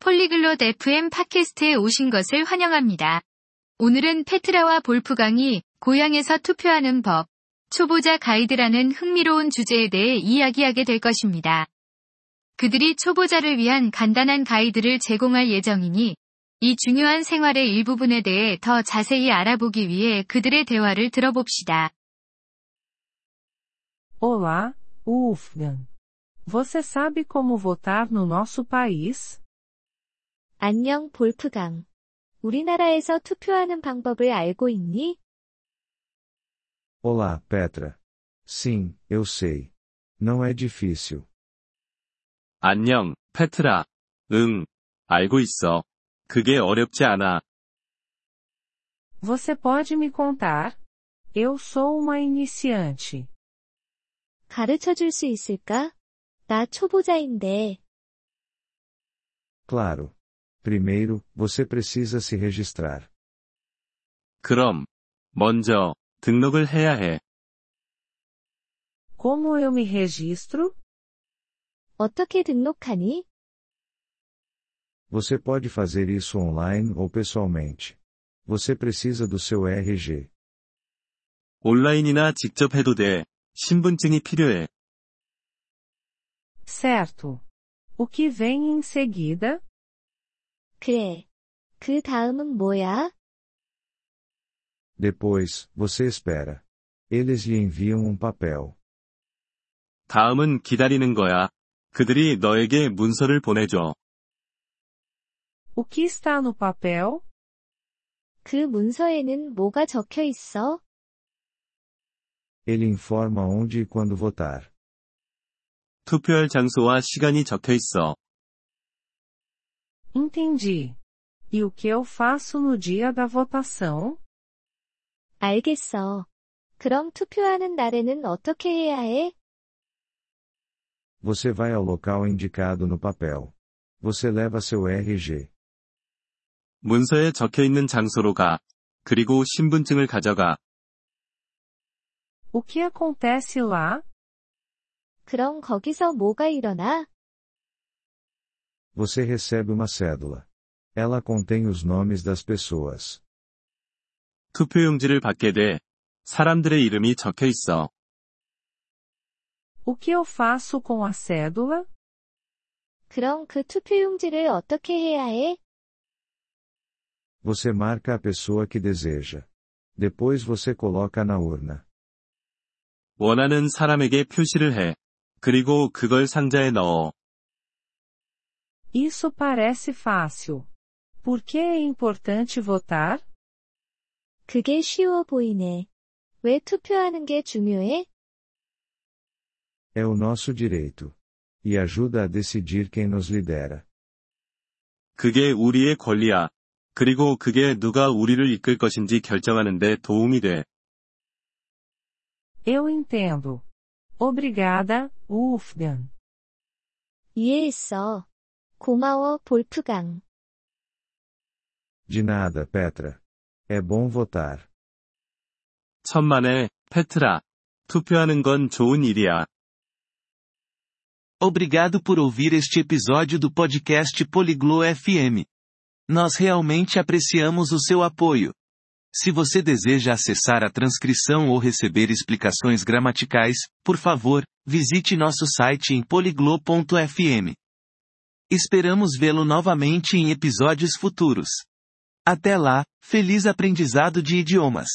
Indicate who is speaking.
Speaker 1: 폴리글롯 FM 팟캐스트에 오신 것을 환영합니다. 오늘은 페트라와 볼프강이 고향에서 투표하는 법, 초보자 가이드라는 흥미로운 주제에 대해 이야기하게 될 것입니다. 그들이 초보자를 위한 간단한 가이드를 제공할 예정이니 이 중요한 생활의 일부분에 대해 더 자세히 알아보기 위해 그들의 대화를 들어봅시다.
Speaker 2: Olá, UFGAN. Você sabe como votar no nosso país?
Speaker 3: 안녕 볼프강. 우리나라에서 투표하는 방법을 알고 있니?
Speaker 4: Olá, Petra. Sim, eu sei. Não é difícil.
Speaker 5: 안녕, 페트라. 응, 알고 있어. 그게 어렵지 않아.
Speaker 2: Você pode me contar? Eu sou uma iniciante.
Speaker 3: 가르쳐 줄 수 있을까? 나 초보자인데.
Speaker 4: Claro. Primeiro, você precisa se registrar.
Speaker 5: 그럼, 먼저, 등록을 해야 해.
Speaker 2: Como eu me registro?
Speaker 3: 어떻게 등록하니?
Speaker 4: Você pode fazer isso online ou pessoalmente. Você precisa do seu RG.
Speaker 5: 온라인이나 직접 해도 돼. 신분증이 필요해.
Speaker 2: Certo. O que vem em seguida?
Speaker 3: 그래. 그 다음은 뭐야?
Speaker 4: Depois, você espera. Eles lhe enviam um papel.
Speaker 5: 다음은 기다리는 거야. 그들이 너에게 문서를 보내줘.
Speaker 2: O que está no papel?
Speaker 3: 그 문서에는 뭐가 적혀 있어?
Speaker 4: Ele informa onde e quando votar.
Speaker 5: 투표할 장소와 시간이 적혀 있어.
Speaker 2: Entendi. E o que eu faço no dia da votação?
Speaker 3: 알겠어. 그럼 투표하는 날에는 어떻게 해야 해?
Speaker 4: Você vai ao local indicado no papel. Você leva seu RG.
Speaker 5: 문서에 적혀 있는 장소로 가. 그리고 신분증을 가져가.
Speaker 2: O que acontece lá?
Speaker 3: 그럼 거기서 뭐가 일어나?
Speaker 4: Você recebe uma cédula. Ela contém os nomes das pessoas.
Speaker 5: 투표용지를 받게 돼. 사람들의 이름이 적혀 있어.
Speaker 2: O que eu faço com a cédula?
Speaker 3: 그럼 그 투표용지를 어떻게 해야 해?
Speaker 4: Você marca a pessoa que deseja. Depois você coloca na urna.
Speaker 5: 원하는 사람에게 표시를 해. 그리고 그걸 상자에 넣어.
Speaker 2: Isso parece fácil. Por que é importante votar?
Speaker 3: 그게 쉬워 보이네. 왜 투표하는 게 중요해?
Speaker 4: É o nosso direito. E ajuda a decidir quem nos lidera.
Speaker 5: 그게 우리의 권리야. 그리고 그게 누가 우리를 이끌 것인지 결정하는데 도움이 돼.
Speaker 2: Eu entendo. Obrigada, Wolfgang.
Speaker 3: 이해했어. 고마워, 볼프강.
Speaker 4: De nada, Petra. É bom votar.
Speaker 5: 천만에, 페트라. 투표하는 건 좋은 일이야.
Speaker 6: Obrigado por ouvir este episódio do podcast Poliglo FM. Nós realmente apreciamos o seu apoio. Se você deseja acessar a transcrição ou receber explicações gramaticais, por favor, visite nosso site em poliglo.fm. Esperamos vê-lo novamente em episódios futuros. Até lá, feliz aprendizado de idiomas!